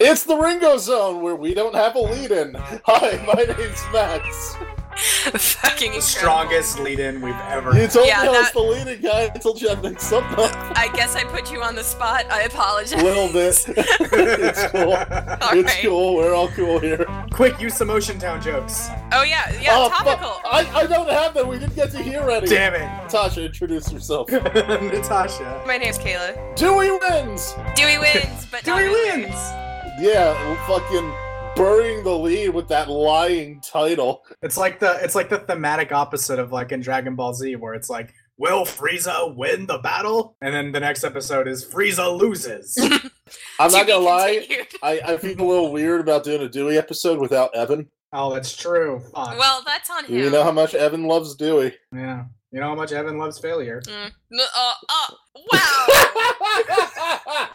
It's the Ringo Zone where we don't have a lead in. Hi, my name's Max. Fucking The incredible. strongest lead in we've ever You had. told Yeah, me I was that- the leading guy until Jen mixed up a I guess I put you on the spot. I apologize. little bit. it's cool. it's right. cool. We're all cool here. Quick, use some Ocean Town jokes. Oh yeah, yeah, Oh, fuck. topical. I, I don't have them. We didn't get to hear any. Damn it. Tasha, introduce yourself. Natasha. My name's Kayla. Dewey wins! Dewey wins, but not Dewey really. wins! Yeah, we're fucking burying the lead with that lying title. It's like the it's like the thematic opposite of like in Dragon Ball Z where it's like, will Frieza win the battle? And then the next episode is Frieza loses. I'm To not be gonna lie. continued. I, I feel a little weird about doing a Dewey episode without Evan. oh, that's true. Fuck. Well, that's on him. You know how much Evan loves Dewey. yeah. You know how much Evan loves failure. Mm. No, uh, uh, wow.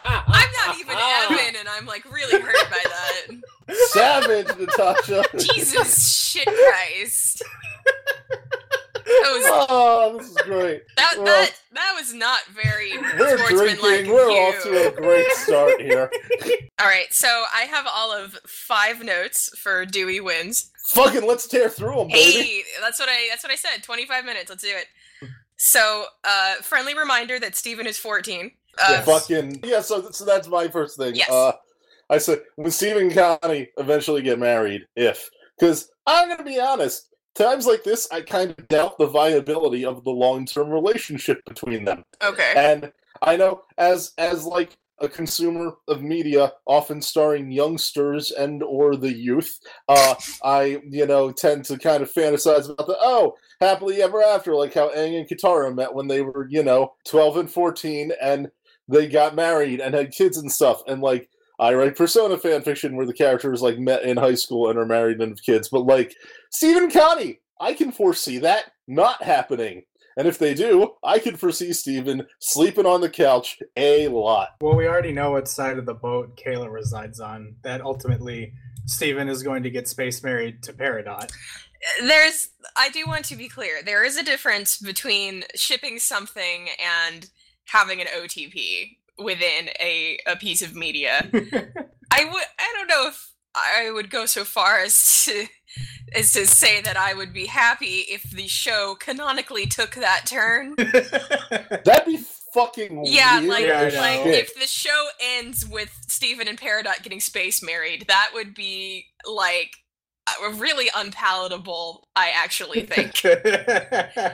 I'm not even Evan, and I'm like really hurt by that. Savage, Natasha. Jesus shit Christ. That was Oh, this is great. that Well- that, that was not very We're sportsmanlike. drinking. of We're you. off to a great start here. All right, so I have all of five notes for Dewey wins. Fucking let's tear through them, baby. Hey, that's what I that's what I said. 25 minutes. Let's do it. So, uh friendly reminder that Steven is 14. Uh, Yes. Fucking yeah. So, so that's my first thing. Yes. Uh, I said when Steve and Connie eventually get married, if because I'm gonna be honest, times like this, I kind of doubt the viability of the long term relationship between them. Okay. and i know as as like a consumer of media often starring youngsters and or the youth uh i you know tend to kind of fantasize about the oh happily ever after like how Aang and Katara met when they were you know 12 and 14 and they got married and had kids and stuff and like I write Persona fan fiction where the characters like met in high school and are married and have kids, but like Stephen Connie, I can foresee that not happening. And if they do, I can foresee Steven sleeping on the couch a lot. Well, we already know what side of the boat Kayla resides on. That ultimately Steven is going to get space married to Peridot. There's I do want to be clear. There is a difference between shipping something and having an OTP within a a piece of media. I would I don't know if I would go so far as to as to say that I would be happy if the show canonically took that turn. That'd be fucking Yeah, weird. like Yeah, I as know. like shit. if the show ends with Steven and Peridot getting space married, that would be like a really unpalatable, I actually think.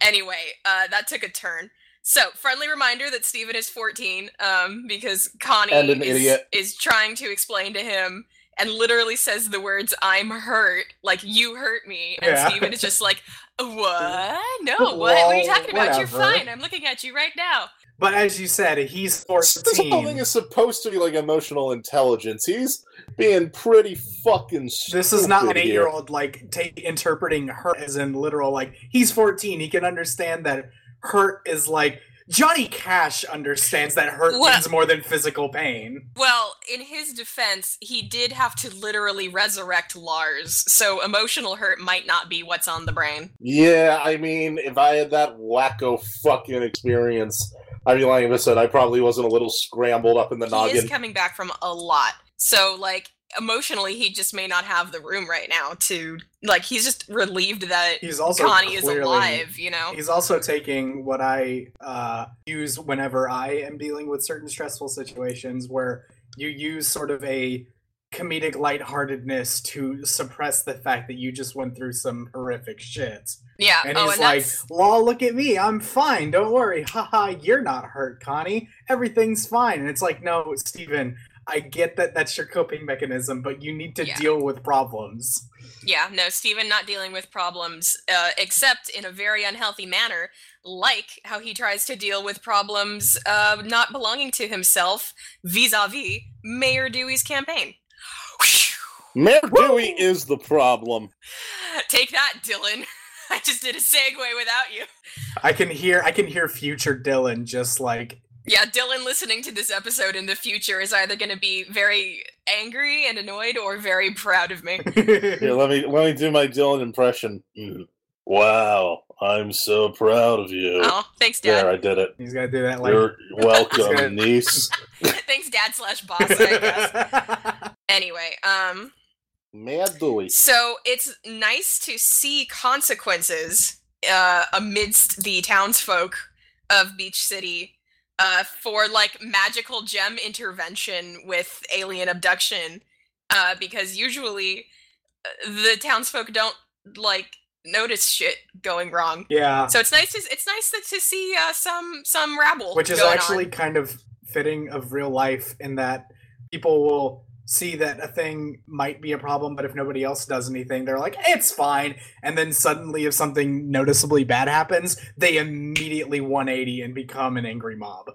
anyway, uh, that took a turn. So, friendly reminder that Steven is 14 um, because Connie And an is, idiot. is trying to explain to him and literally says the words, I'm hurt, like, you hurt me. And Yeah. Steven is just like, what? No, what? What are you Lol, talking about? You're whatever." fine. I'm looking at you right now. but as you said, he's this whole thing 14. is supposed to be like emotional intelligence. He's being pretty fucking stupid. This is not an here. eight year old like take interpreting hurt as in literal like he's 14. He can understand that hurt is like Johnny Cash understands that hurt Well- means more than physical pain. Well, in his defense, he did have to literally resurrect Lars, so emotional hurt might not be what's on the brain. Yeah, I mean, if I had that wacko fucking experience, I'd be lying if I said I probably wasn't a little scrambled up in the He is noggin. coming back from a lot. So, like, emotionally, he just may not have the room right now to, like, he's just relieved that He's also Connie is clearly- alive, you know? He's also taking what I uh, use whenever I am dealing with certain stressful situations where you use sort of a comedic lightheartedness to suppress the fact that you just went through some horrific shit. Yeah. And oh, he's and like, that's. lol, look at me. I'm fine. Don't worry. Haha, you're not hurt, Connie. Everything's fine. And it's like, no, Steven, I get that that's your coping mechanism, but you need to Yeah. deal with problems. Yeah, no, Steven not dealing with problems, uh, except in a very unhealthy manner, like how he tries to deal with problems uh, not belonging to himself vis a vis Mayor Dewey's campaign. Mayor Dewey is the problem. Take that, Dylan. I just did a segue without you. I can hear I can hear future Dylan just like Yeah, Dylan listening to this episode in the future is either going to be very angry and annoyed or very proud of me. Here, let me let me do my Dylan impression. Mm. Wow, I'm so proud of you. Oh, thanks, there, Dad. I did it. He's gonna do that like. You're welcome, He's gonna- niece. thanks, Dad slash boss, I guess. Anyway, um, Mad Dewey. so it's nice to see consequences uh, amidst the townsfolk of Beach City uh, for like magical gem intervention with alien abduction, uh, because usually uh, the townsfolk don't like notice shit going wrong. yeah, So it's nice to it's nice to, to see uh, some some rabble, which is going actually on. kind of fitting of real life in that people will see that a thing might be a problem, but if nobody else does anything, they're like, "It's fine." And then suddenly, if something noticeably bad happens, they immediately 180 and become an angry mob.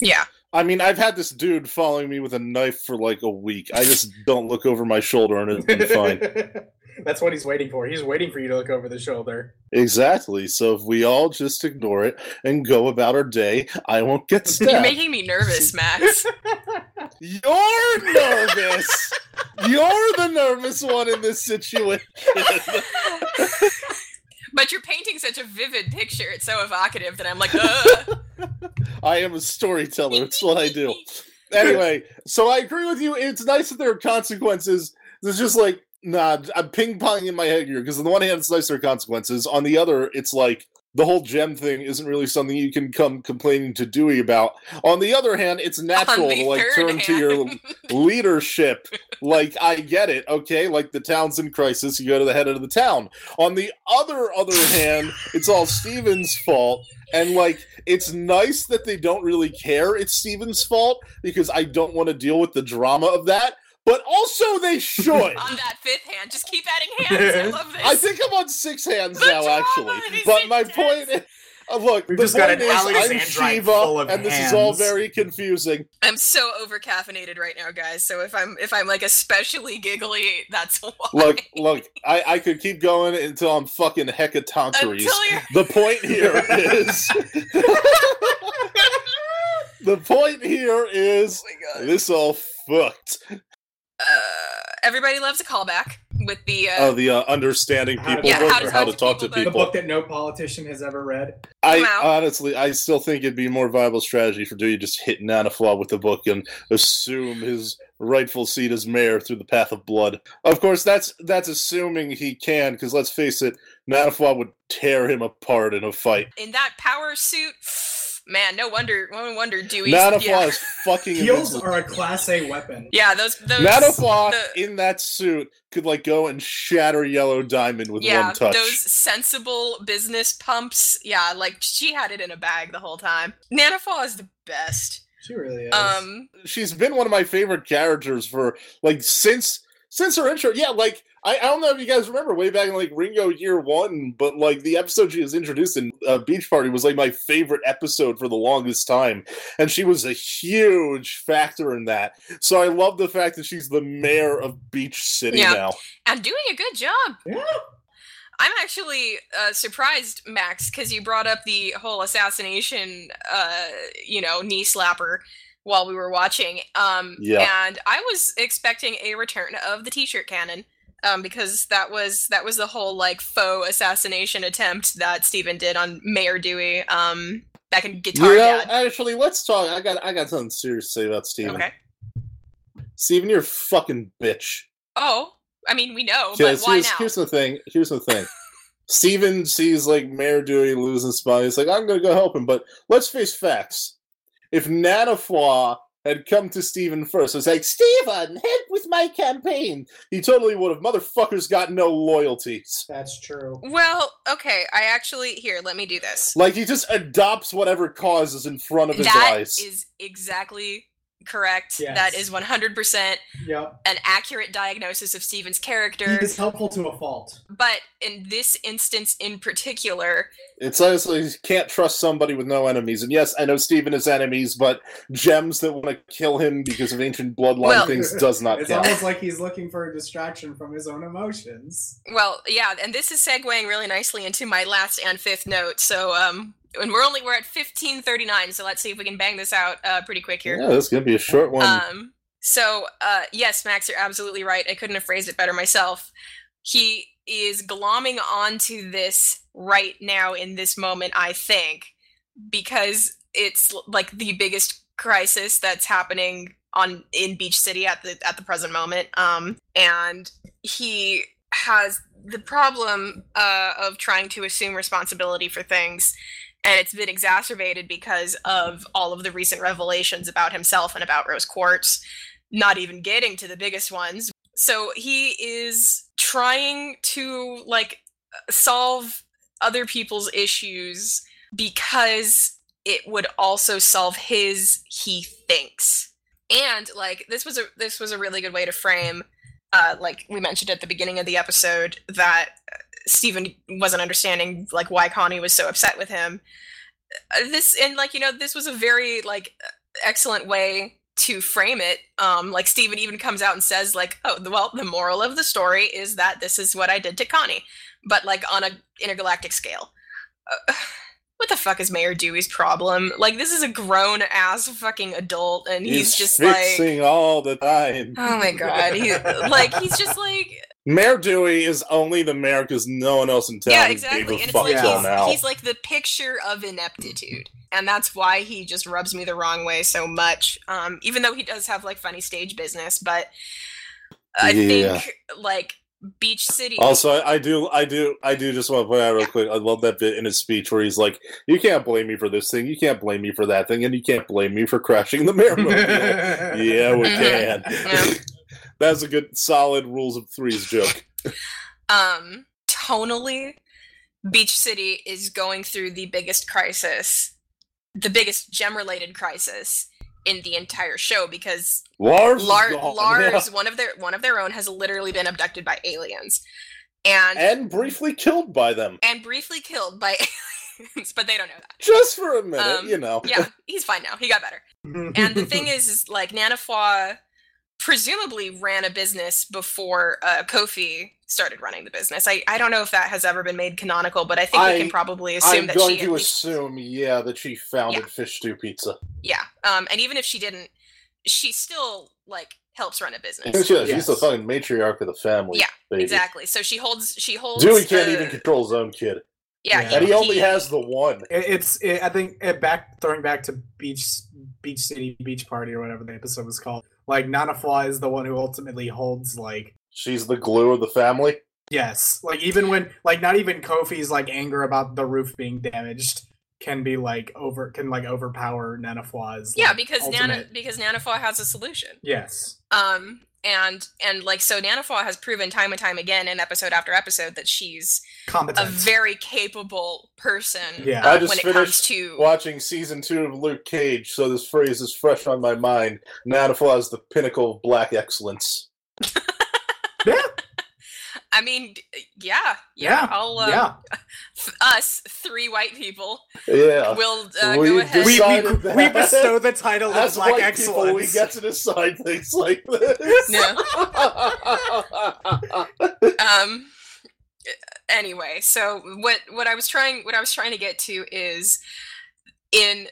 yeah. I mean, I've had this dude following me with a knife for like a week. I just don't look over my shoulder and it's been fine. That's what he's waiting for. He's waiting for you to look over the shoulder. Exactly. So if we all just ignore it and go about our day, I won't get You're stabbed. making me nervous, Max. You're nervous. You're the nervous one in this situation. but you're painting such a vivid picture. It's so evocative that I'm like, ugh. I am a storyteller. It's what I do. Anyway, so I agree with you. It's nice that there are consequences. It's just like, nah, I'm ping ponging in my head here because on the one hand, it's nice there are consequences. On the other, it's like the whole gem thing isn't really something you can come complaining to Dewey about. On the other hand, it's natural to On the like third turn to your hand. leadership. Like I get it, okay? Like the Townsend crisis, you go to the head of the town. On the other other hand, it's all Steven's fault. And like it's nice that they don't really care it's Steven's fault because I don't want to deal with the drama of that, but also they should. on that fifth hand. Just keep adding hands. I love this. I think I'm on six hands The now drama actually. is But my intense. point is uh, look, We've the just got point an is I'm Alexandrite full Shiva of and this is all hands. very confusing. I'm so over caffeinated right now, guys. So if I'm if I'm like especially giggly, that's why. Look, look, I, I could keep going until I'm fucking hecatonkeries. Until you're oh The point here is. the point here is. oh my God. This all fucked. Uh, everybody loves a callback with the uh, Oh, the uh, understanding How to- people Yeah, book how to or talk how to to talk to people book. The people. book that no politician has ever read. I Wow. honestly, I still think it'd be a more viable strategy for Dewey just hit Nanaflaw with the book and assume his rightful seat as mayor through the path of blood. Of course, that's that's assuming he can, because let's face it, Nanaflaw would tear him apart in a fight. in that power suit. Man, no wonder, no wonder Dewey's. Nanaflaw yeah. is fucking Heels invincible. are a class A weapon. yeah, those those. Nanaflaw the- in that suit could like go and shatter Yellow Diamond with yeah, one touch. those sensible business pumps. Yeah, like she had it in a bag the whole time. Nanafall is the best. She really is. Um, She's been one of my favorite characters for like since since her intro. Yeah, like I, I don't know if you guys remember way back in like Ringo year one, but like the episode she was introduced in uh, Beach Party was like my favorite episode for the longest time, and she was a huge factor in that. So I love the fact that she's the mayor of Beach City Yeah. now. and doing a good job. Yeah. I'm actually uh, surprised, Max, because you brought up the whole assassination, uh, you know, knee slapper while we were watching. Um, Yeah. And I was expecting a return of the T-shirt cannon um, because that was that was the whole like faux assassination attempt that Steven did on Mayor Dewey um, back in Guitar You know, Dad. actually, let's talk. I got I got something serious to say about Steven. Okay. Steven, you're a fucking bitch. Oh, I mean, we know, but Because why here's, now? here's the thing. Here's the thing. Steven sees like Mayor Dewey losing his spot. He's like, I'm gonna go help him. But let's face facts. If Nanafwa had come to Steven first, it's like, Steven, help with my campaign. He totally would have. Motherfucker's got no loyalties. That's true. Well, okay. I actually here. Let me do this. Like he just adopts whatever cause is in front of his That eyes. is exactly correct. Yes. That is 100% Yep. an accurate diagnosis of Steven's He character. is helpful to a fault. But in this instance in particular, It's honestly you can't trust somebody with no enemies. And yes, I know Steven has enemies, but gems that want to kill him because of ancient bloodline Well- things does not It's count. almost like he's looking for a distraction from his own emotions. well, yeah, and this is segueing really nicely into my last and fifth note. So, um, and we're only we're at 1539. So let's see if we can bang this out uh, pretty quick here. Yeah, this is gonna be a short one. Um, uh, so uh, yes, Max, you're absolutely right. I couldn't have phrased it better myself. He is glomming onto this right now in this moment, I think, because it's l- like the biggest crisis that's happening on in Beach City at the at the present moment. Um, and he has the problem uh, of trying to assume responsibility for things. And it's been exacerbated because of all of the recent revelations about himself and about Rose Quartz, not even getting to the biggest ones. So he is trying to like solve other people's issues because it would also solve his he thinks. And like this was a this was a really good way to frame uh, like we mentioned at the beginning of the episode that Stephen wasn't understanding like why Connie was so upset with him. Uh, This and like you know this was a very like excellent way to frame it. Um, like Stephen even comes out and says like, "Oh, the- well, the moral of the story is that this is what I did to Connie," but like on a intergalactic scale. Uh, what the fuck is Mayor Dewey's problem? Like this is a grown ass fucking adult, and he's, just like, fixing all the time. Oh my god. He like he's just like Mayor Dewey is only the mayor because no one else in town yeah, is big exactly. or And it's fuck like fucked till up now. he's, he's like the picture of ineptitude. And that's why he just rubs me the wrong way so much. Um even though he does have like funny stage business, but I Yeah. think like Beach City Also, I, I do, I do, I do just want to point out real quick. I love that bit in his speech where he's like, "You can't blame me for this thing. You can't blame me for that thing, and you can't blame me for crashing the mayor." mobile." yeah, we can. Mhm. Yeah. That's a good, solid rules of threes joke. um tonally beach city is going through the biggest crisis the biggest gem related crisis in the entire show because Lars, is Lar- gone. Lars, one of their one of their own, has literally been abducted by aliens, and and, and briefly killed by them, briefly killed by aliens, but they don't know that. just for a minute, Um, you know. Yeah, he's fine now. He got better. And the thing is, is like Nanafwa presumably ran a business before uh, Kofi started running the business. I I don't know if that has ever been made canonical, but I think we I- can probably assume I'm that going she to at least- assume, yeah, that she founded Fish Stew Pizza. yeah. Um, and even if she didn't, she still like helps run a business. She's the- She's Yes. the fucking matriarch of the family. Yeah, baby. Exactly. So she holds. She holds. Dewey can't the- even control his own kid, Yeah, Yeah. and he only he- has the one. It- it's it, i think it back throwing back to beach beach city beach party or whatever the episode was called like nana flaw is the one who ultimately holds like She's the glue of the family. yes like even when like not even kofi's like anger about the roof being damaged can be like over can like overpower nana flaw's Yeah, like, because Nana ultimate- because Nanafaw has a solution. yes Um and and like so Nanafaw has proven time and time again in episode after episode that she's a competent very capable person Yeah. uh, I just when it finished comes to Watching season two of Luke Cage, so this phrase is fresh on my mind. Nanafla is the pinnacle of black excellence. I mean d- yeah, yeah, Yeah, I'll uh, yeah th- us three white people Yeah. will uh, We go ahead we, decided we, we that- bestow the title of As black white excellence people, we get to decide things like this. No. um anyway so what what i was trying what i was trying to get to is in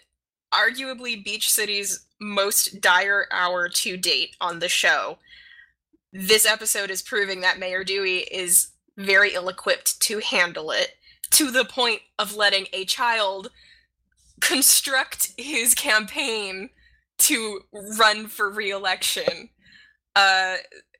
arguably beach city's most dire hour to date on the show this episode is proving that mayor dewey is very ill-equipped to handle it to the point of letting a child construct his campaign to run for reelection uh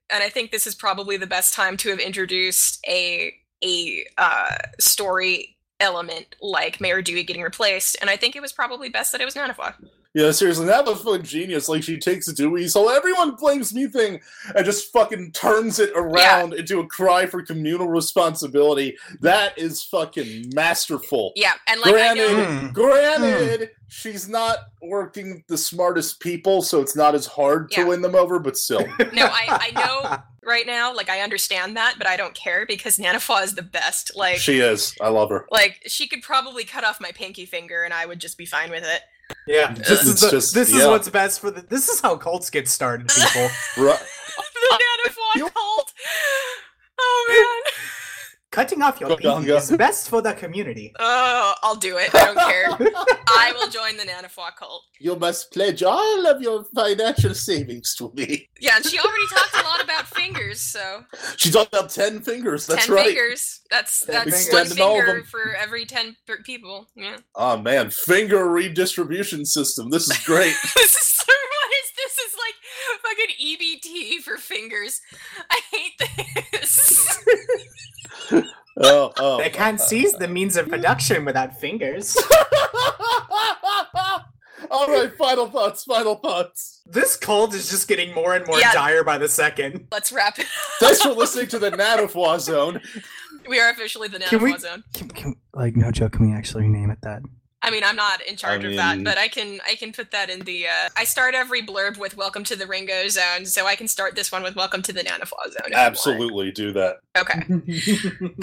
and I think this is probably the best time to have introduced a a uh, story element like Mayor Dewey getting replaced. And I think it was probably best that it was Nanafwa. yeah, seriously, that was fucking genius. Like, she takes Dewey's whole everyone blames me thing and just fucking turns it around into a cry for communal responsibility. That is fucking masterful. Yeah, and like I know, Granted- Granted, she's not working the smartest people, so it's not as hard to Yeah. win them over, but still. no, I, I know right now, like I understand that, but I don't care because Nanafwa is the best. Like she is. I love her. like she could probably cut off my pinky finger and I would just be fine with it. yeah this It's is the, just- this is yeah. what's best for the this is how cults get started people Ru- the Nanafwa you- cult. Oh man. Cutting off your Go penis down, is best for the community. Oh, I'll do it. I don't care. I will join the Nanafwa cult. You must pledge all of your financial savings to me. Yeah, and she already talked a lot about fingers, so She talked about ten fingers. That's ten right. fingers. That's Ten that's fingers. one Extending all of finger them. for every ten per- people. Yeah. Oh man, finger redistribution system. This is great. this is so, what is this? Is like fucking EBT for fingers. I hate this. oh, oh. They can't seize the means of production without fingers. all right. Final thoughts. Final thoughts. this cold is just getting more and more Yeah. dire by the second. Let's wrap it. Thanks for listening to the Natafwa Zone. We are officially the Can we- Nanafwa zone. Can, can, like, no joke, can we actually rename it that? I mean, I'm not in charge of that, mean- but I can I can put that in the. Uh, I start every blurb with "Welcome to the Ringo Zone," so I can start this one with "Welcome to the Nanaflaw Zone." if you want. Absolutely, do that. Okay.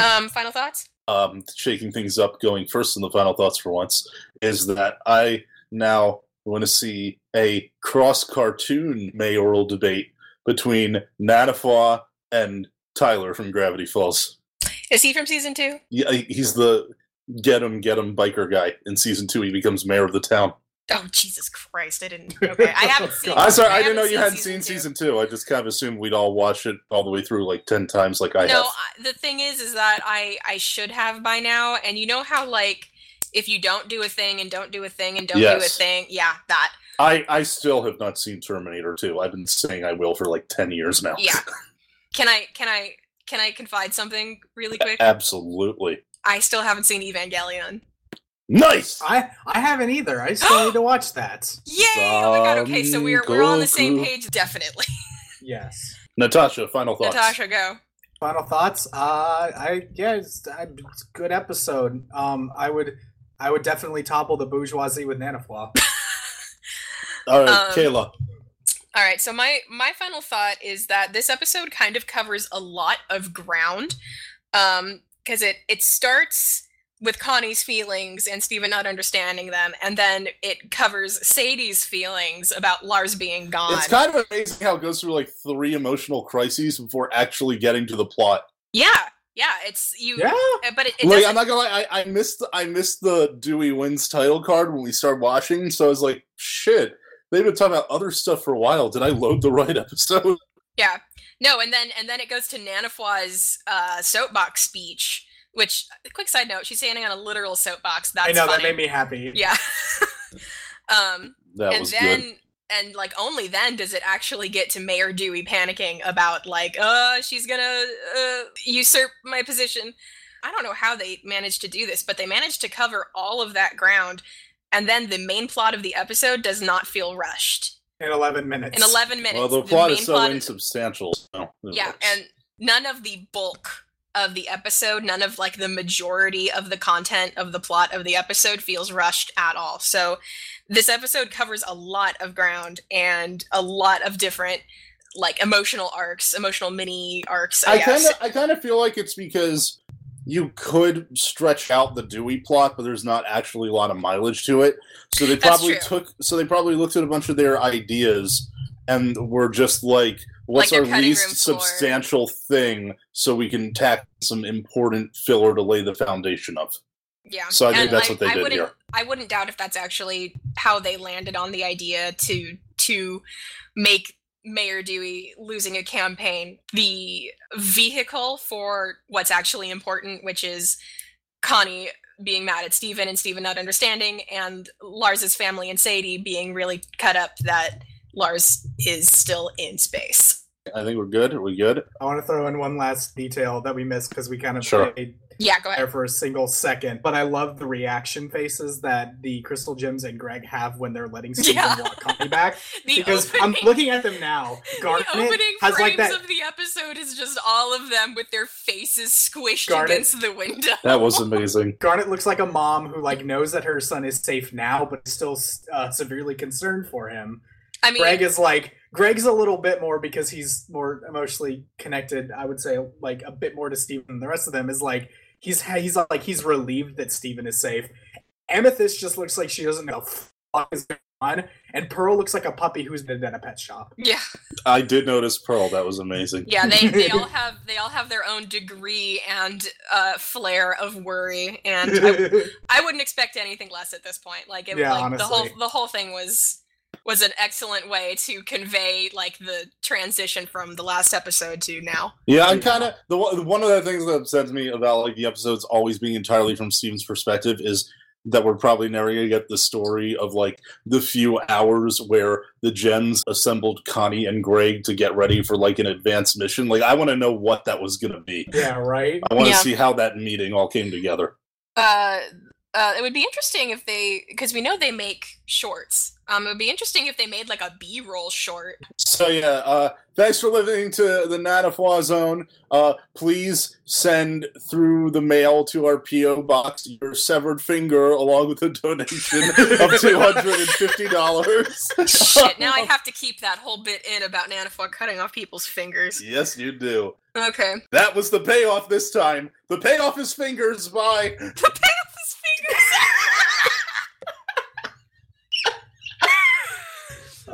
Um, final thoughts. um, shaking things up, going first in the final thoughts for once, is that I now want to see a cross cartoon mayoral debate between Nanafwa and Tyler from Gravity Falls. Is he from season two? Yeah, he- he's the get him, get him biker guy. In season two, he becomes mayor of the town. Oh Jesus Christ! I didn't. Okay, I haven't seen. I'm sorry, I, didn't know haven't you hadn't seen season two. I just kind of assumed we'd all watch it all the way through like 10 times, like I no, have. I, the thing is, is that I I should have by now, and you know how like if you don't do a thing and don't do a thing and don't do a Yes. thing, yeah, that I, I still have not seen Terminator 2. I've been saying I will for like 10 years now. yeah. Can I can I can I confide something really quick? Absolutely. I still haven't seen Evangelion. Nice. I, I haven't either. I still need to watch that. Yay! Oh my god. Okay, so we're we're all on the same Goku. page, definitely. Yes. Natasha, final thoughts. Natasha, go. Final thoughts? Uh, I yeah, it's, I, it's a good episode. Um, I would, I would definitely topple the bourgeoisie with Nanafwa. All right, Um, Kayla. All right, so my my final thought is that this episode kind of covers a lot of ground um because it it starts with Connie's feelings and Steven not understanding them and then it covers Sadie's feelings about Lars being gone. It's kind of amazing how it goes through like three emotional crises before actually getting to the plot. yeah. Yeah, it's you Yeah. uh, but it, it Like I'm doesn't not gonna lie, I, I missed the- I missed the Dewey wins title card when we started watching, so I was like, shit, they've been talking about other stuff for a while. Did I load the right episode? Yeah. No, and then and then it goes to Nanafwa's uh soapbox speech, which quick side note, she's standing on a literal soapbox. That's I know funny. that made me happy. Yeah. um That and was then good. and like only then does it actually get to Mayor Dewey panicking about like, uh, she's gonna uh, usurp my position. I don't know how they managed to do this, but they managed to cover all of that ground. And then the main plot of the episode does not feel rushed. In eleven minutes. In 11 minutes, Well, the plot main is so plot of- insubstantial. So it yeah works. and none of the bulk of the episode none of like the majority of the content of the plot of the episode feels rushed at all so this episode covers a lot of ground and a lot of different like emotional arcs emotional mini arcs i, I guess kind of I kind of feel like it's because you could stretch out the Dewey plot, but there's not actually a lot of mileage to it. So they That's probably true. took so they probably looked at a bunch of their ideas and were just like, what's their our cutting room least floor. substantial thing so we can tack some important filler to lay the foundation of. yeah so I think And that's what they did wouldn't, here. i wouldn't doubt if that's actually how they landed on the idea to to make mayor dewey losing a campaign the vehicle for what's actually important which is connie being mad at steven and steven not understanding and lars's family and sadie being really cut up that lars is still in space I think we're good. Are we good? I want to throw in one last detail that we missed because we kind of Sure. played yeah go ahead there for a single second. But I love the reaction faces that the Crystal Gems and Greg have when they're letting Steven Yeah. walk Connie back. the because I'm opening- looking at them now. Garnet the opening has frames like that. of the episode is just all of them with their faces squished Garnet- against the window. That was amazing. Garnet looks like a mom who like knows that her son is safe now, but is still uh, severely concerned for him. I mean, Greg is like Greg's a little bit more because he's more emotionally connected. I would say like a bit more to Steven than the rest of them is like he's ha- he's like he's relieved that Steven is safe. Amethyst just looks like she doesn't know what the fuck is going on, and Pearl looks like a puppy who's been at a pet shop. Yeah, I did notice Pearl. That was amazing. yeah. They, they all have they all have their own degree and uh, flair of worry, and I, I wouldn't expect anything less at this point. Like, it, Yeah, like the whole honestly. the whole thing was was an excellent way to convey like the transition from the last episode to now. Yeah, I'm kind of the one- one of the things that upsets me about like the episodes always being entirely from Steven's perspective is that we're probably never going to get the story of like the few hours where the gens assembled Connie and Greg to get ready for like an advanced mission. Like, I want to know what that was going to be. yeah, right. I want to Yeah. see how that meeting all came together. Uh, uh, it would be interesting if they because we know they make shorts. Um, it would be interesting if they made like a B roll short. So yeah, uh, thanks for listening to the Natafwa Zone. Uh, please send through the mail to our PO box your severed finger along with a donation of two hundred and fifty dollars. Shit, now I have to keep that whole bit in about Nanafog cutting off people's fingers. Yes, you do. Okay. That was the payoff this time. The payoff is fingers. Bye. The Pamph's fingers!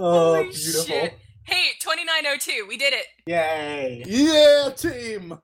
Oh, Holy beautiful! shit. Hey, 2902, we did it. Yay! Yeah, team.